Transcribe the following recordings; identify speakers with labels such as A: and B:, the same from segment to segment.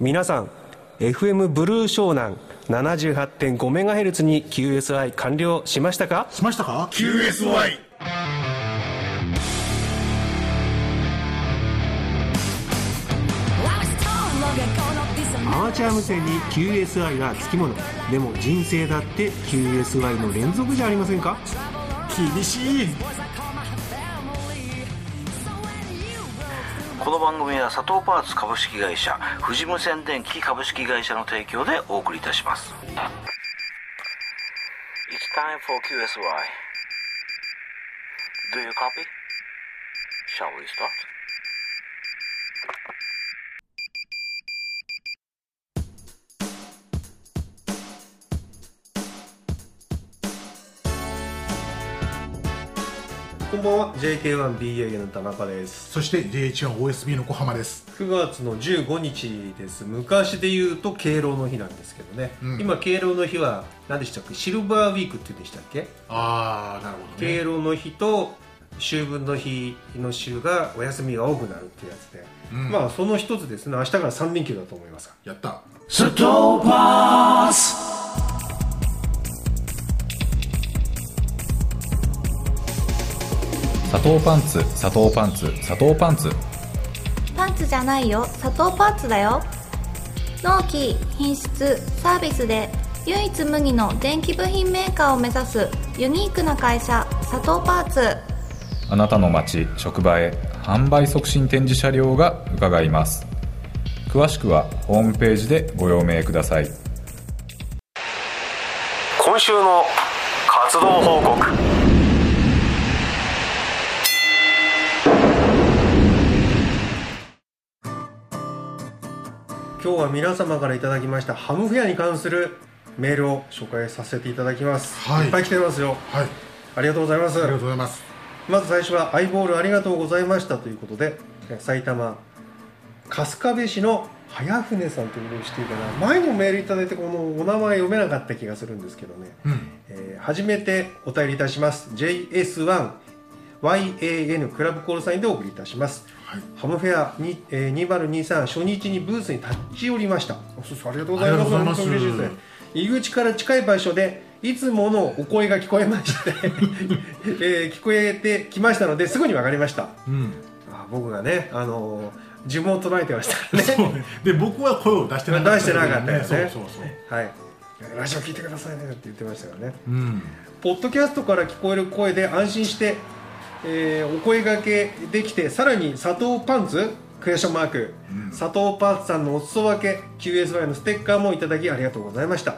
A: 皆さん FM ブルー湘南 78.5MHz に QSI 完了しましたか
B: しましたか
C: QSY
B: アマチュア無線に QSI がつきものでも人生だって QSI の連続じゃありませんか
C: 厳しい
D: この番組は佐藤パーツ株式会社富士無線電機株式会社の提供でお送りいたします It's time for QSY Do you copy? Shall we start?
A: こんばんは JK1BA の田中です
B: そして JH1OSB の小浜です
A: 9月の15日です昔で言うと敬老の日なんですけどね、
B: うん
A: 今敬老の日は何でしたっけシルバーウィークって言うんでしたっけ
B: ああなるほどね
A: 敬老の日と秋分の日の週がお休みが多くなるっていうやつで、
B: うん
A: まあその一つですね明日から3連休だと思いますが
B: やった
D: 佐藤パーツ
E: 砂糖パンツ砂糖パンツ砂糖パンツ
F: パンツじゃないよ砂糖パンツだよ納期品質サービスで唯一無二の電気部品メーカーを目指すユニークな会社砂糖パーツ
E: あなたの街職場へ販売促進展示車両が伺います詳しくはホームページでご用命ください
G: 今週の活動報告
A: 今日は皆様からいただきましたハムフェアに関するメールを紹介させていただきます、
B: はい
A: っぱい来てますよ
B: はいあ
A: ありがとうございます
B: りがとうございます
A: まず最初は「アイボールありがとうございました」ということでえ埼玉春日部市の早船さんというのをしていいかな前もメールいただいてこのお名前読めなかった気がするんですけどね
B: うん
A: えー初めてお便りいたします JS1YAN クラブコールサインでお送りいたします
B: はい
A: ハムフェアに、えー、2023初日にブースに立ち寄りましたおそうそうありがとうございます
B: ありがとうございます
A: 本当に嬉しいですね入り口から近い場所でいつものお声が聞こえまして、 えー聞こえてきましたのですぐに分かりました
B: うん
A: あ僕がね、あのー呪文を唱えてま したからね
B: そうねで僕は声を出してなかった
A: 出してなかったよね
B: そうそうそう
A: はいラジオ聞いてくださいねって言ってましたからね
B: うん
A: ポッドキャストから聞こえる声で安心して、えーお声掛けできてさらに佐藤パンツクエスチョンマーク、佐藤パンツさんのお裾分け QSY のステッカーもいただきありがとうございました、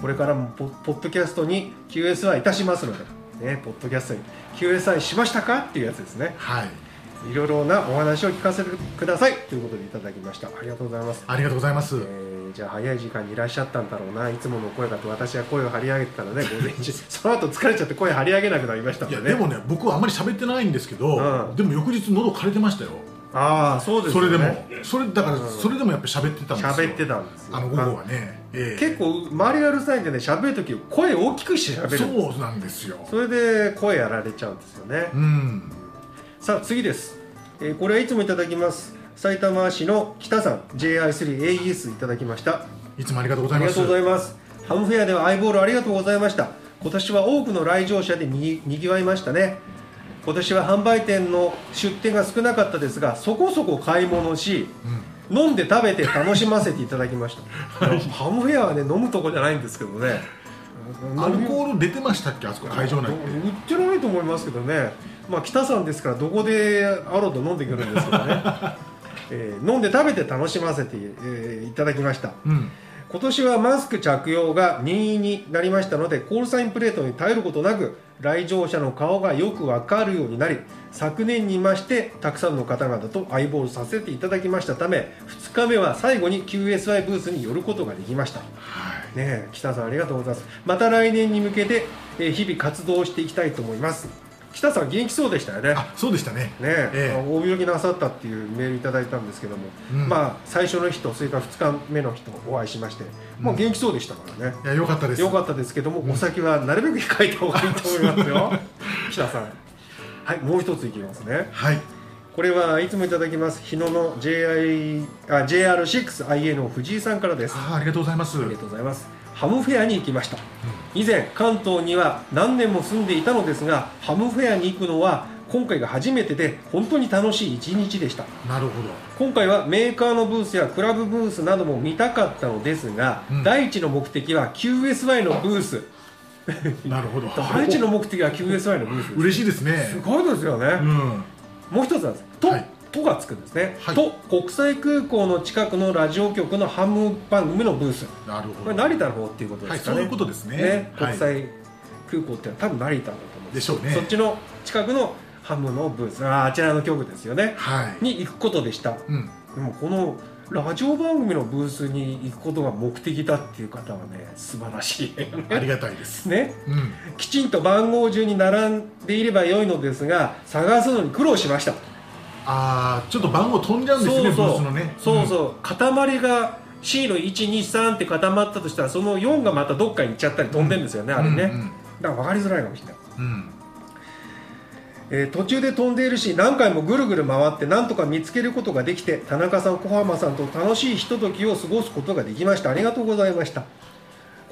A: これからもポポッドキャストに QSY いたしますので、ね、ポッドキャストに QSY しましたかっていうやつですね
B: はい
A: いろいろなお話を聞かせてくださいということでいただきましたありがとうございます
B: ありがとうございます
A: えーじゃあ早い時間にいらっしゃったんだろうないつもの声だと私は声を張り上げてたらね午前中 その後疲れちゃって声張り上げなくなりましたも
B: い
A: ん
B: や
A: ね
B: でもね僕はあまり喋ってないんですけど
A: うん
B: でも翌日喉枯れてましたよ
A: ああそうです
B: そ
A: よ
B: れ
A: ね
B: でもそれだからそれでもやっぱ喋ってたんですよ
A: 喋ってたんですよ
B: あの午後はねええ
A: 結構周りがうるさいんでね喋る時声大きくして喋るんです
B: そうなんですよ
A: それで声やられちゃうんですよね、
B: うん
A: さあ次です、えーこれはいつもいただきます埼玉市の北さん JI3AES いただきました
B: いつもありがとうござ
A: あ
B: い
A: り
B: ま
A: が
B: す
A: とうございます。ハムフェアではアイボールありがとうございました。今年は多くの来場者でにぎにぎわいましたね。今年は販売店の出店が少なかったですが、そこそこ買い物し、飲んで食べて楽しませていただきま した。ハムフェアはね、飲むとこじゃないんですけどね。
B: アルコール出てましたっけあそこ会場内って
A: 売ってないと思いますけどね、まあ、北さんですからどこであろうと飲んでくるんですけどね、 えー飲んで食べて楽しませて、えーいただきました、
B: うん
A: 今年はマスク着用が任意になりましたのでコールサインプレートに耐えることなく来場者の顔がよくわかるようになり昨年に増してたくさんの方々と相棒させていただきましたため2日目は最後に QSI ブースに寄ることができました、ねえ北さんありがとうございますまた来年に向けて、えー日々活動していきたいと思います北さん元気そうでしたよね
B: あそうでしたね
A: ねえ
B: え
A: 大病気なさったっていうメールいただいたんですけども、
B: うん
A: まあ最初の日とそれから2日目の日とお会いしまして、もう元気そうでしたからね、
B: えいやよかったです
A: よかったですけども、お酒はなるべく 控えた方がいいと思いますよ北さんはいもう一ついきますね
B: はい
A: これはいつもいただきます日野の JI あ JR6IA の藤井さんからですあ
C: あーありがとうございます
A: りがとうございますハムフェアに行きました以前関東には何年も住んでいたのですがハムフェアに行くのは今回が初めてで本当に楽しい一日でした
C: なるほど
A: 今回はメーカーのブースやクラブブースなども見たかったのですが、
C: うん
A: 第一の目的は QSY のブース
C: なるほど
A: 第一の目的は QSY のブース
C: 嬉しいですね
A: すごいですよね、
C: うん
A: もう一つなんです「と」
C: はい
A: とがつくんですね、
C: はい
A: と国際空港の近くのラジオ局のハム番組のブース
C: なるほど
A: これ成田の方っていうことですかね、
C: はいそういうことですねはい
A: 国際空港ってのは多分成田だと思うん
C: でしょうね
A: そっちの近くのハムのブースあーあちらの局ですよね
C: はい
A: に行くことでした
C: うん
A: でもこのラジオ番組のブースに行くことが目的だっていう方はね素晴らしい
C: ありがたいです
A: ね
C: うん
A: きちんと番号順に並んでいれば良いのですが探すのに苦労しました
C: ああちょっと番号飛んじゃうんです
A: そ
C: ね
A: う
C: ブ
A: そ
C: ー
A: う
C: スのね
A: そうそう、塊が C の123って固まったとしたらその4がまたどっかに行っちゃったり飛んでんですよね、
C: うん
A: あれね、
C: うん
A: だから分かりづらいかもしれない、
C: うん
A: えー途中で飛んでいるし何回もぐるぐる回ってなんとか見つけることができて田中さん小浜さんと楽しいひとときを過ごすことができましたありがとうございました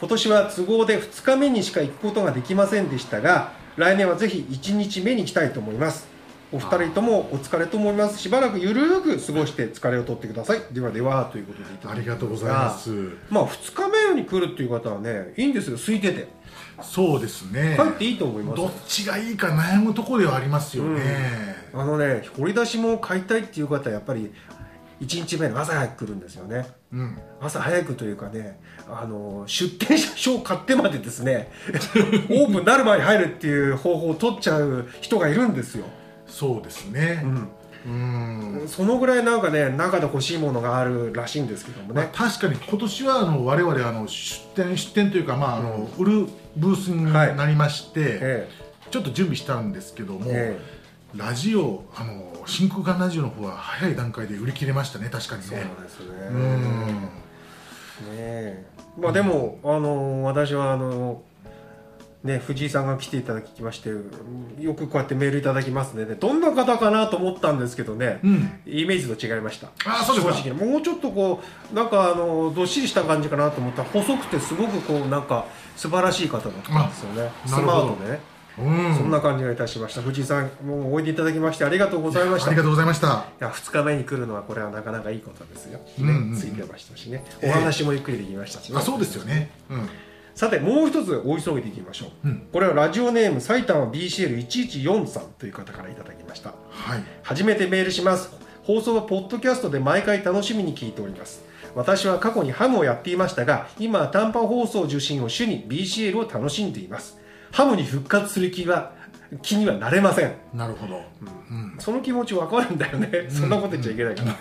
A: 今年は都合で2日目にしか行くことができませんでしたが来年はぜひ1日目に行きたいと思いますお二人ともお疲れと思いますしばらくゆるーく過ごして疲れを取ってくださいではではということでいた
C: あ
A: だ
C: り
A: きます
C: がとうございます
A: まあ2日目に来るっていう方はねいいんですよ空いてて
C: そうですね
A: 帰っていいと思います
C: どっちがいいか悩むところではありますよね、
A: あのね掘り出しも買いたいっていう方はやっぱり1日目の朝早く来るんですよね
C: うん
A: 朝早くというかねあの出店証を買ってまでですね オープンになる前に入るっていう方法を取っちゃう人がいるんですよ、
C: そうですね
A: うん
C: うん、
A: そのぐらいなんかね中で欲しいものがあるらしいんですけども
C: まあ
A: ね、
C: 確かに今年はあの我々あの出店出店というか、まあ、あの売るブースに
A: はい
C: なりまして、
A: え
C: ちょっと準備したんですけども、
A: え
C: ラジオあの真空管ラジオの方は早い段階で売り切れましたね確かに
A: そう
C: ね
A: なんですね
C: うん
A: ねえまあでも、あの私はあのね藤井さんが来ていただきましてうんよくこうやってメールいただきますねでどんな方かなと思ったんですけどね、
C: うん
A: イメージと違いました
C: あーそうですか
A: 正直もうちょっとこうなんかあのどっしりした感じかなと思ったら細くてすごくこうなんか素晴らしい方だったんですよね
C: あ
A: ス
C: なるほど
A: マートでね、
C: うん
A: そんな感じがいたしました藤井さんもうおいでいただきましてありがとうございました
C: ありがとうございました
A: いや2日目に来るのはこれはなかなかいいことですよ、ね
C: うんうんうん
A: ついてましたしねお話もゆっくりできましたしね、
C: あそうですよねうん
A: さてもう一つお急ぎでいきましょう、
C: うん
A: これはラジオネーム埼玉 BCL114 さんという方からいただきました
C: はい
A: 初めてメールします放送はポッドキャストで毎回楽しみに聞いております私は過去にハムをやっていましたが今は短波放送受信を主に BCL を楽しんでいますハムに復活する気は気にはなれません
C: なるほど、うん
A: その気持ちわかるんだよね、そんなこと言っちゃいけないから、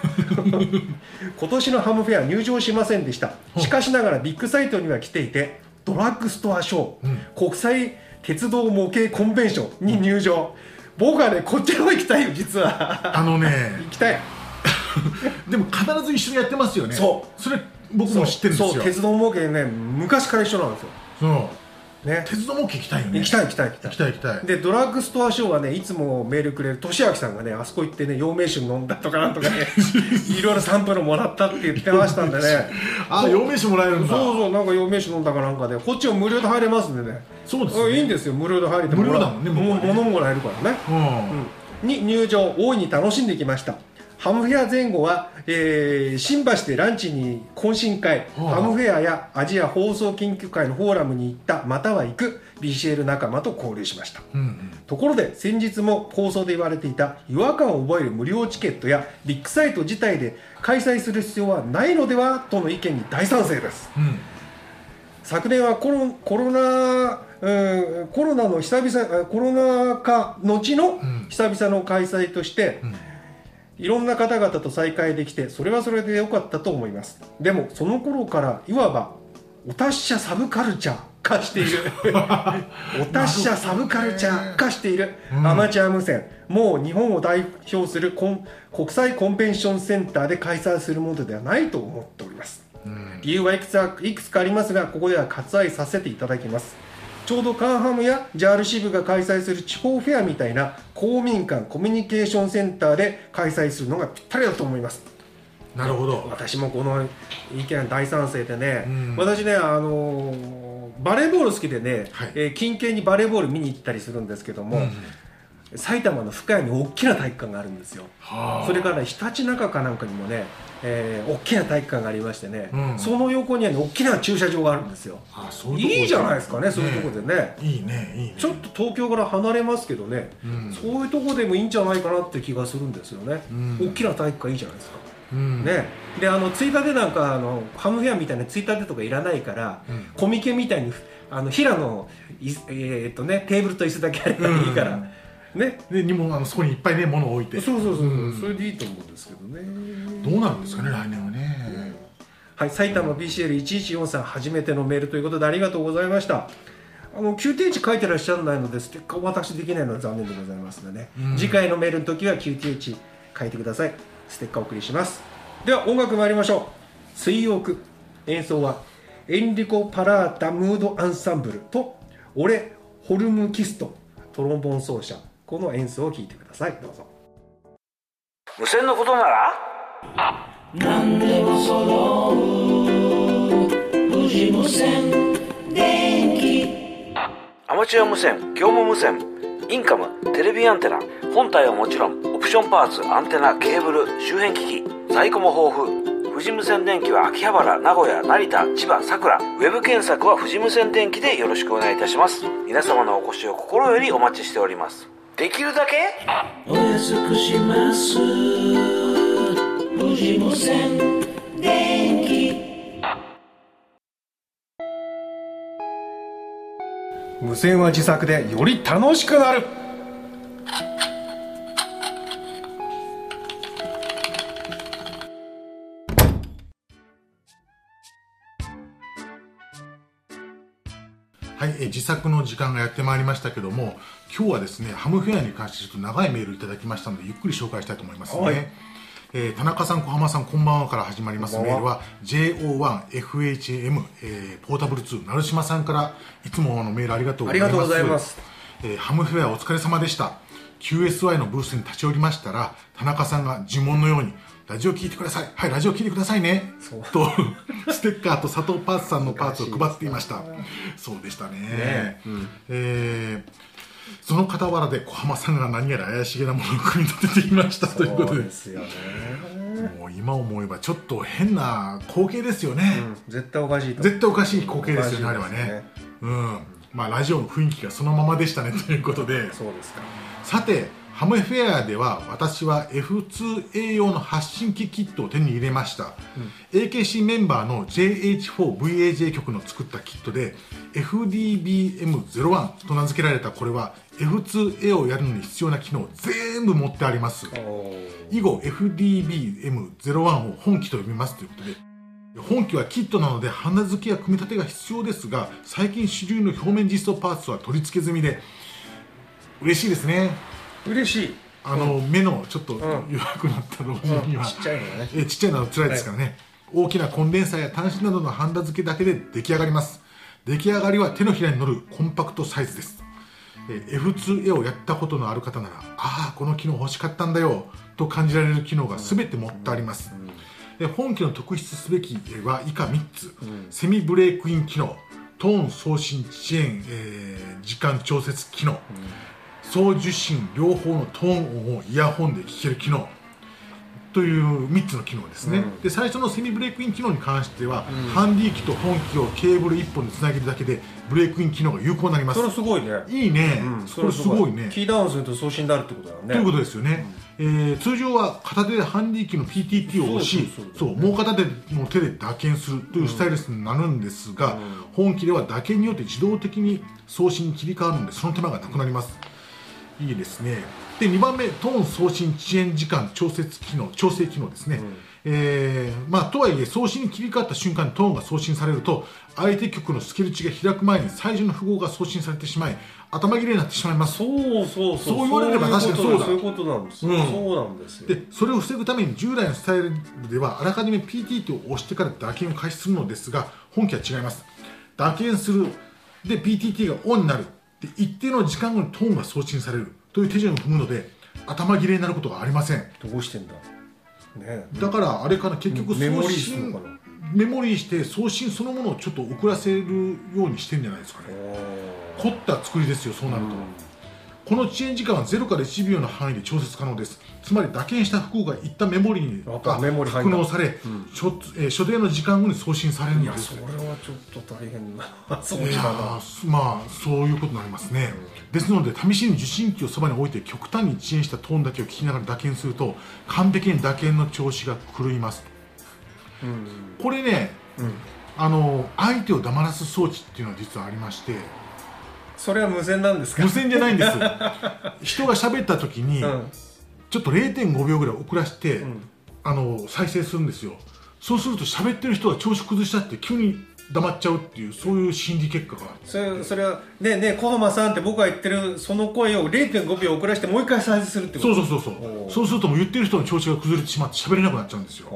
A: 今年のハムフェア入場しませんでしたしかしながらビッグサイトには来ていてドラッグストアショー、
C: うん
A: 国際鉄道模型コンベンションに入場、僕はねこっちの方行きたいよ実は
C: あのね
A: 行きたい
C: でも必ず一緒にやってますよね
A: そう
C: それ僕も知ってるんですよ
A: そう鉄道模型ね昔から一緒なんですよ
C: そう
A: ね
C: 鉄道も聞きたいよね
A: 行きたい行きたい行きたい
C: 行きたい行きたい
A: でドラッグストアショーはねいつもメールくれるとしあきさんがねあそこ行ってね陽明酒飲んだとかなんとかね いろいろサンプルもらったって言ってましたんでね
C: あ陽明酒もらえる
A: そうん
C: だ
A: そうなんか陽明酒飲んだかなんかでこっちは無料で入れますんでね
C: そうですね
A: あいいんですよ無料で入れてもらう
C: 無料だもんね向こうはね
A: 物ももらえるからね
C: うん
A: に入場大いに楽しんできましたハムフェア前後は、えー新橋でランチに懇親会、
C: はあ
A: ハムフェアやアジア放送研究会のフォーラムに行ったまたは行く BCL 仲間と交流しました
C: うんうん
A: ところで先日も放送で言われていた違和感を覚える無料チケットやビッグサイト自体で開催する必要はないのではとの意見に大賛成です
C: うん
A: 昨年はコロコロナうんコロナの久々あコロナ禍後の
C: ん
A: 久々の開催として、
C: ん
A: いろんな方々と再会できてそれはそれで良かったと思いますでもその頃からいわばお達者サブカルチャー化してい るお達者サブカルチャー化している、
C: うん
A: アマチュア無線もう日本を代表するコン国際コンベンションセンターで開催するものではないと思っております理由はいくつかいくつかありますがここでは割愛させていただきますちょうどカンハムや JAL 支部が開催する地方フェアみたいな公民館コミュニケーションセンターで開催するのがぴったりだと思います
C: なるほど
A: 私もこの意見大賛成でね、
C: うん
A: 私ねあのーバレーボール好きでね、
C: はい
A: えー近県にバレーボール見に行ったりするんですけども、
C: うん
A: 埼玉の深谷に大きな体育館があるんですよ
C: はあ
A: それからねひたちなかかなんかにもね、えー大きな体育館がありましてね、
C: うん
A: その横にはね大きな駐車場があるんですよ
C: あそういうとこ
A: いいじゃないですかねそういうところでね
C: いいねいいね
A: ちょっと東京から離れますけどね、
C: うん
A: そういうところでもいいんじゃないかなって気がするんですよね、
C: うん
A: 大きな体育館いいじゃないですか
C: うん
A: ね、であのついたてなんかあのハムフェアみたいなついたてとかいらないから、
C: うん
A: コミケみたいにあの平のいえーっとねテーブルと椅子だけあればいいから、ね
C: でにもあのそこにいっぱいね物を置いて
A: そうそうそう、
C: うん
A: それでいいと思うんですけどね
C: どうなるんですかね来年はね
A: はい、埼玉 BCL1143 さん初めてのメールということでありがとうございましたあの急停地書いてらっしゃらないのでステッカーお渡しできないのは残念でございますのでね、
C: うん
A: 次回のメールの時は急停地書いてくださいステッカーお送りしますでは音楽参りましょう水曜区演奏はエンリコ・パラータムードアンサンブルと俺ホルムキストトロンボン奏者この演奏を聴いてくださいどうぞ
D: 無線のことなら何でも揃う無無線電気アマチュア無線業務無線インカムテレビアンテナ本体はもちろんオプションパーツアンテナケーブル周辺機器在庫も豊富富士無線電気は秋葉原名古屋成田千葉佐倉ウェブ検索は富士無線電気でよろしくお願いいたします皆様のお越しを心よりお待ちしておりますできるだけ
A: 無線は自作でより楽しくなる
C: はい、えー自作の時間がやってまいりましたけども今日はですねハムフェアに関してちょっと長いメールいただきましたのでゆっくり紹介したいと思いますね、
A: はい
C: えー田中さん小浜さんこんばんはから始まります
A: こん
C: メ
A: ばんは
C: ールは JO1FHM、えーポータブル2成島さんからいつものメールありがとうございます
A: ありがとうございます
C: えーハムフェアお疲れ様でした QSY のブースに立ち寄りましたら田中さんが呪文のようにラジオ聞いてくださいはいラジオ聞いてくださいね
A: そう
C: とステッカーと佐藤パーツさんのパーツを配っていましたそうでしたねえーその傍らで小浜さんが何やら怪しげなものを組み立てていましたということ
A: そう
C: で
A: ですよね、
C: もう今思えばちょっと変な光景ですよね、
A: うん、絶対おかしいと思う
C: 絶対おかしい光景ですよね
A: お
C: あれ
A: か
C: は
A: しいですね
C: ねうんまあラジオの雰囲気がそのままでしたね ということで
A: そうですか
C: さてハムフェアでは私は F2A 用の発信機キットを手に入れました、AKC メンバーの JH4VAJ 局の作ったキットで FDBM01 と名付けられたこれは F2A をやるのに必要な機能を全部持ってあります以後 FDBM01 を本機と呼びますということで本機はキットなのでハンダ付けや組み立てが必要ですが最近主流の表面実装パーツは取り付け済みで嬉しいですね
A: 嬉しい
C: あの、目のちょっと弱
A: ん
C: くなった老人には、
A: ちっちゃいのがね
C: えちっちゃいのは辛いですからね、大きなコンデンサーや端子などのハンダ付けだけで出来上がります出来上がりは手のひらに乗るコンパクトサイズですえー F2A をやったことのある方ならああこの機能欲しかったんだよと感じられる機能が全て持ってあります、で本機の特筆すべきは以下3つ、セミブレークイン機能トーン送信遅延、えー時間調節機能、送受信両方のトーン音をイヤホンで聞ける機能という3つの機能ですね、で最初のセミブレイクイン機能に関しては、ハンディ機と本機をケーブル1本でつなげるだけでブレイクイン機能が有効になります
A: それすごいね
C: いいね、
A: うん
C: これすごいね
A: キーダウンすると送信になるってことだよね
C: ということですよね、えー通常は片手でハンディ機の PTT を押し
A: そうそう
C: そ
A: そう
C: うもう片手の手で打鍵するというスタイルになるんですが、本機では打鍵によって自動的に送信に切り替わるのでその手間がなくなりますいいですねで2番目トーン送信遅延時間調節機能調整機能ですね、えーまあ、とはいえ送信に切り替わった瞬間にトーンが送信されると相手局のスケルチが開く前に最初の符号が送信されてしまい頭切れになってしまいます
A: そうそうそう
C: そう言われれば確かにそうだ
A: そういうことなんですよ、
C: うん
A: そうなんですよ
C: でそれを防ぐために従来のスタイルではあらかじめ PTT を押してから打鍵を開始するのですが本機は違います打鍵するで PTT がオンになるで一定の時間後にトーンが送信されるという手順を踏むので頭切れになることがありません
A: どうしてんだね
C: だからあれかな結局
A: うんメモリー
C: 送
A: する
C: 信
A: のかな
C: メモリーして送信そのものをちょっと遅らせるようにしてんじゃないですかね凝った作りですよそうなると、この遅延時間は0から1秒の範囲で調節可能ですつまり打鍵した服が一旦メモリーに
A: ああメモリー入
C: 格
A: んだ
C: 納され、所えー所定の時間後に送信されるん
A: いや
C: で
A: そ
C: す
A: れはちょっと大変なそう
C: いや
A: だ
C: ーまあそういうことになりますね、ですので試しに受信機をそばに置いて極端に遅延したトーンだけを聞きながら打鍵すると完璧に打鍵の調子が狂います、これね、あの相手を黙らす装置っていうのは実はありまして
A: なそれは無線なんですか
C: 無線じゃないんです 人が喋った時に、
A: うん
C: ちょっと0.5秒ぐらい遅らせて、
A: ん
C: あの再生するんですよそうすると喋ってる人が調子崩したって急に黙っちゃうっていうそういう心理結果が
A: それそれはねえねえ小浜さんって僕が言ってるその声を0.5秒遅らせてもう一回再生するってこと
C: そう
A: う
C: そうそうそ
A: お
C: う
A: ー
C: そうするともう言ってる人の調子が崩れてしまって喋れなくなっちゃうんですよ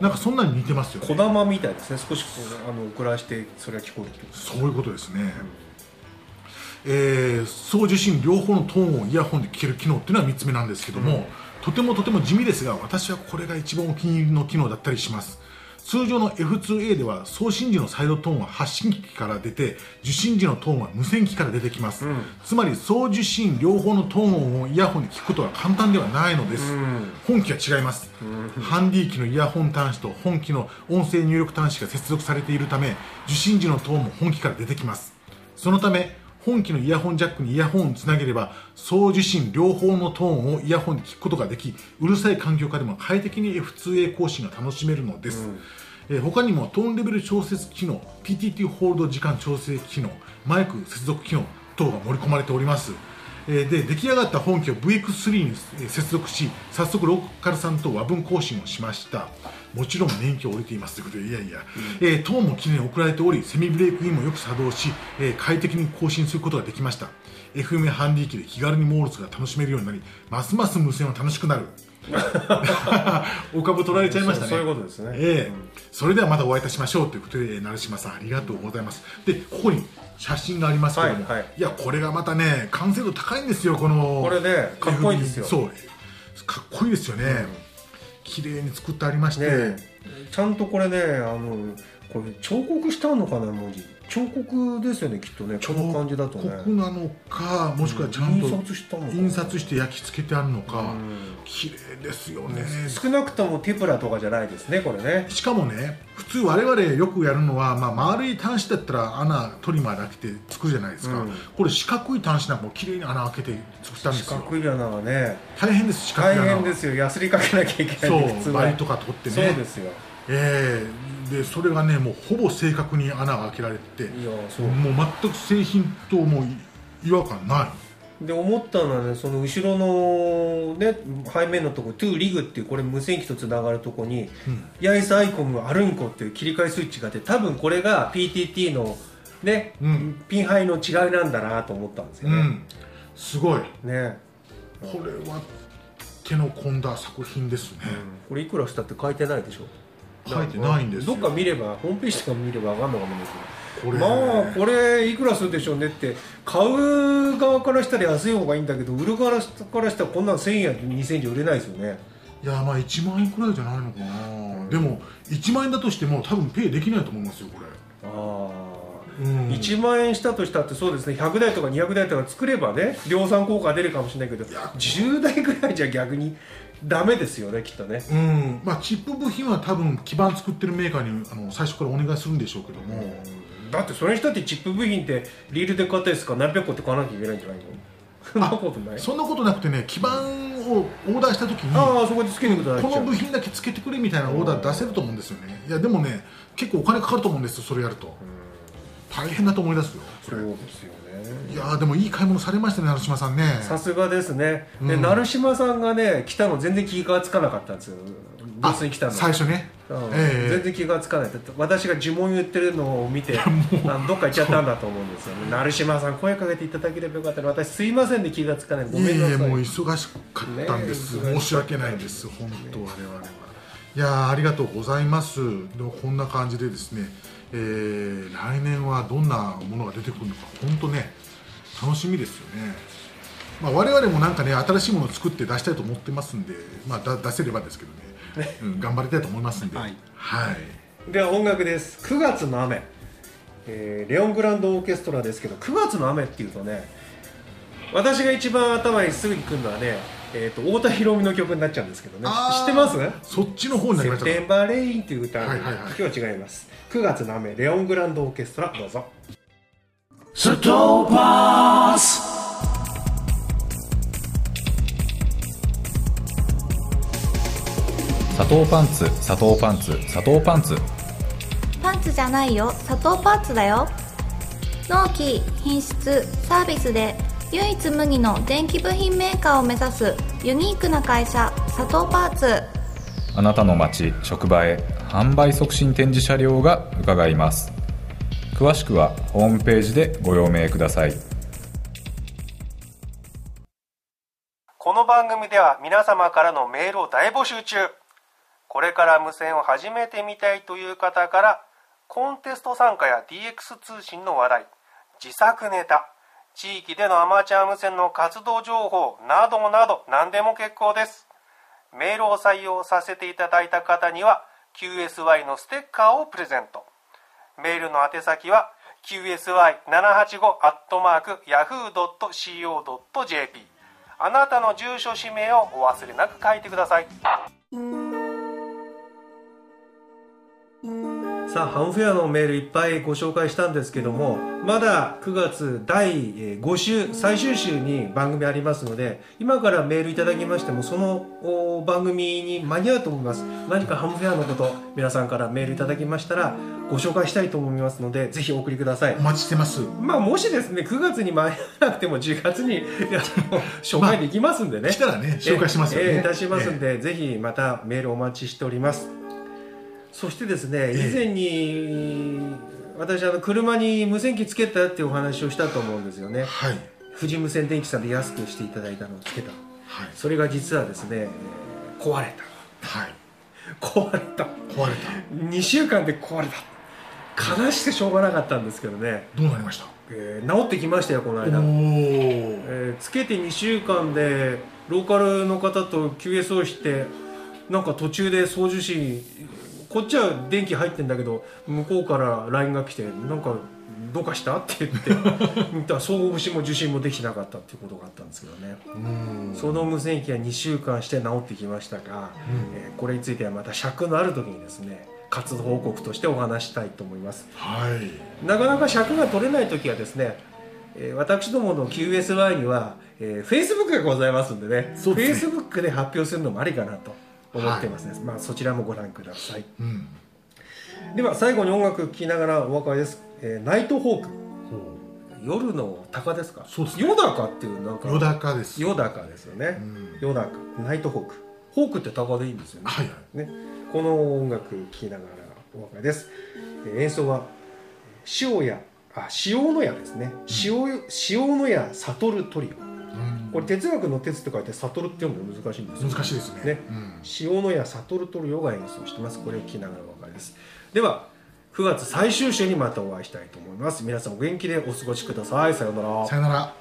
C: なんかそんなに似てますよ、
A: 小
C: ね、
A: 玉みたいですね少しこうあの遅らせてそれが聞こえるってこと
C: そういうことですね、えー送受信両方のトーンをイヤホンで聞ける機能っていうのは3つ目なんですけども、とてもとても地味ですが私はこれが一番お気に入りの機能だったりします通常の F2A では送信時のサイドトーンは発信機から出て受信時のトーンは無線機から出てきます、つまり送受信両方のトーンをイヤホンで聞くことは簡単ではないのです、本機は違います、ハンディ機のイヤホン端子と本機の音声入力端子が接続されているため受信時のトーンも本機から出てきますそのため本機のイヤホンジャックにイヤホンをつなげれば送受信両方のトーンをイヤホンで聞くことができうるさい環境下でも快適に F2A 更新が楽しめるのです、えー他にもトーンレベル調節機能 PTT ホールド時間調整機能マイク接続機能等が盛り込まれておりますえーで出来上がった本機を VX3 にえー接続し早速ローカルさんと和文更新をしましたもちろん年季を降りていますということでいやいや、えー、トーンも記念に送られておりセミブレイクインもよく作動し、えー快適に更新することができました FM ハンディ機で気軽にモールスが楽しめるようになりますます無線は楽しくなる お株取られちゃいましたね
A: そうそういうことですね
C: ええそれではまたお会いいたしましょうということでえー成島さんありがとうございますでここに写真がありますけども、
A: はいはい
C: いやこれがまたね完成度高いんですよこの
A: これねかっこいいですよ
C: そうかっこいいですよね、綺麗に作ってありまして、
A: ねえちゃんとこれねあのこれ彫刻したのかな文字彫刻ですよねきっとねこの感じだとね
C: 彫刻なのかもしくはちゃんと
A: うん印刷したのかな
C: 印刷して焼き付けてあるのか、綺麗ですよね、
A: 少なくともテプラとかじゃないですねこれね
C: しかもね普通我々よくやるのは、まあ、丸い端子だったら穴トリマーで開けて作るじゃないですか、
A: うん
C: これ四角い端子なんかも綺麗に穴開けて作ったんで
A: 四
C: すよ
A: 角い穴はね
C: 大変です四角い
A: 大
C: 穴は
A: 変ですよやすりかけなきゃいけないんで普通
C: そう
A: は
C: バリとか取ってね
A: そうですよ
C: ええでそれがねもうほぼ正確に穴が開けられて
A: いやそう
C: もう全く製品とも違和感ない
A: で思ったのはねその後ろのね背面のとこトゥーリグっていうこれ無線機とつながるとこに、ヤイスアイコムアルンコっていう切り替えスイッチがあって多分これが PTT のね、
C: うん
A: ピンハイの違いなんだなと思ったんですよ
C: う
A: ね,、
C: んすごい
A: ね
C: これは手の込んだ作品ですね、
A: これいくらしたって書いてないでしょ
C: 書いてないんです
A: ど
C: よ
A: っか見ればホームページとか見れば分かんのかもですけ
C: こ
A: ど
C: れ
A: まあこれいくらするでしょうねって買う側からしたら安い方がいいんだけど売る側からしたらこんなん1000円や2000円じゃ売れないですよね
C: いやまあ1万円くらいじゃないのかな、でも1万円だとしても多分ペイできないと思いますよこれ
A: ああ、
C: うん
A: 1万円したとしたってそうですね100台とか200台とか作ればね量産効果が出るかもしれないけど10台ぐらいじゃ逆にダメですよねきっとね
C: うんまあチップ部品は多分基板作ってるメーカーにあの最初からお願いするんでしょうけども、
A: だってそれにしたってチップ部品ってリールで買ったやつか何百個って買わなきゃいけないんじゃないのそんなことない
C: そんなことなくてね基板をオーダーした時に
A: ああそこでつけにくくなっち
C: こ
A: ゃ
C: の
A: う
C: 部品だけつけてくれみたいなオーダー出せると思うんですよねいやでもね結構お金かかると思うんですよそれやると大変だと思い出すよこ
A: そう
C: れ
A: ですよね
C: いやーでもいい買い物されましたね成島さんね
A: さすがですね、で成島さんがね来たの全然気がつかなかったんですよブースに来たの
C: 最初ね
A: うん
C: ええ
A: 全然気がつかないだって私が呪文言ってるのを見てあのどっか行っちゃったんだと思うんですよね成島さん声かけていただければよかったら私すいませんで気がつかないご
C: いえ
A: めん
C: い
A: な
C: え
A: さい
C: もう忙しかったんです、
A: ねえ
C: 申し訳ないです本当我々はいやーありがとうございますでもこんな感じでですね、えー来年はどんなものが出てくるのか本当ね楽しみですよね、まあ、我々もなんかね新しいものを作って出したいと思ってますんで、まあ、だ出せればですけどね、うん、頑張りたいと思いますんで
A: はい
C: はい、
A: では音楽です9月の雨、えーレオングランドオーケストラですけど9月の雨っていうとね私が一番頭にすぐにくるのはね、えー、と太田博美の曲になっちゃうんですけどね
C: あー
A: 知ってます
C: そっちの方になり
A: セ
C: ま
A: プ
C: した
A: テン
C: か
A: バーレインという歌
C: はいはいはい
A: 今日は違います9月の雨レオングランドオーケストラどうぞ
G: ストーパース
E: 佐藤パンツ佐藤パンツ佐藤パンツ
F: パンツじゃないよ砂糖パーツだよ納期品質サービスで唯一無二の電気部品メーカーを目指すユニークな会社砂糖パーツ
E: あなたの街職場へ販売促進展示車両が伺います詳しくはホームページでご用命ください
A: この番組では皆様からのメールを大募集中これから無線を始めてみたいという方からコンテスト参加や DX 通信の話題自作ネタ地域でのアマチュア無線の活動情報などなど何でも結構ですメールを採用させていただいた方には QSY のステッカーをプレゼントメールの宛先は qsy785-yahoo.co.jp あなたの住所氏名をお忘れなく書いてくださいさあハムフェアのメールいっぱいご紹介したんですけどもまだ9月第えー5週最終週に番組ありますので今からメールいただきましてもそのお番組に間に合うと思います何かハムフェアのこと皆さんからメールいただきましたらご紹介したいと思いますのでぜひお送りください
C: お待ちしてます
A: まあもしですね9月に間に合わなくても10月にいやあの紹介できますんでね、
C: 来たらね紹介しますよね
A: ええいたしますんで、ぜひまたメールお待ちしておりますそしてですね
C: ええ
A: 以前に、私あの車に無線機つけたっていうお話をしたと思うんですよね
C: はい
A: 富士無線電機さんで安くしていただいたのをつけた
C: はい
A: それが実はですねえー壊れ
C: はい
A: た壊れた
C: 壊れ
A: 2週間で壊れた悲しくてしょうがなかったんですけどね、
C: たどうなりました
A: えー治ってきましたよこの
C: お
A: 間
C: ー
A: えーつけて2週間でローカルの方と QS をしてなんか途中で操縦士こっちは電気入ってんだけど向こうから LINE が来てなんかどうかしたって言って見たら相互節も受信もできてなかったっていうことがあったんですけどね
C: うん
A: その無線機は2週間して治ってきましたが、えーこれについてはまた尺のある時にですね活動報告としてお話したいと思います
C: はい
A: なかなか尺が取れない時はですね、えー私どもの QSY には、えー、Facebook がございますんでね
C: そうですね
A: Facebook で発表するのもありかなと思ってますね、まあ、そちらもご覧ください
C: うん
A: では最後に音楽聴きながらお別れです、えーナイトホーク夜の鷹ですか
C: そうですね
A: 夜鷹っていうなんか
C: よだかです
A: 夜鷹ですよね
C: うん
A: 夜鷹ナイトホークホークって鷹でいいんですよね、
C: はいはい
A: ね、この音楽聴きながらお別れです、えー演奏はえー塩屋あ塩の屋ですね塩塩の屋悟るトリオ
C: うん
A: これ哲学の哲って書いて悟るって読むの難しいんですよ
C: 難しいですね
A: ね
C: うん
A: 塩の屋悟るトリオが演奏してますこれを聴きながらお別れですでは9月最終週にまたお会いしたいと思います皆さんお元気でお過ごしくださいさようなら
C: さよなら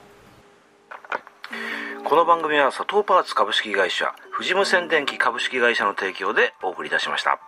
D: この番組は佐藤パーツ株式会社富士無線電機株式会社の提供でお送りいたしました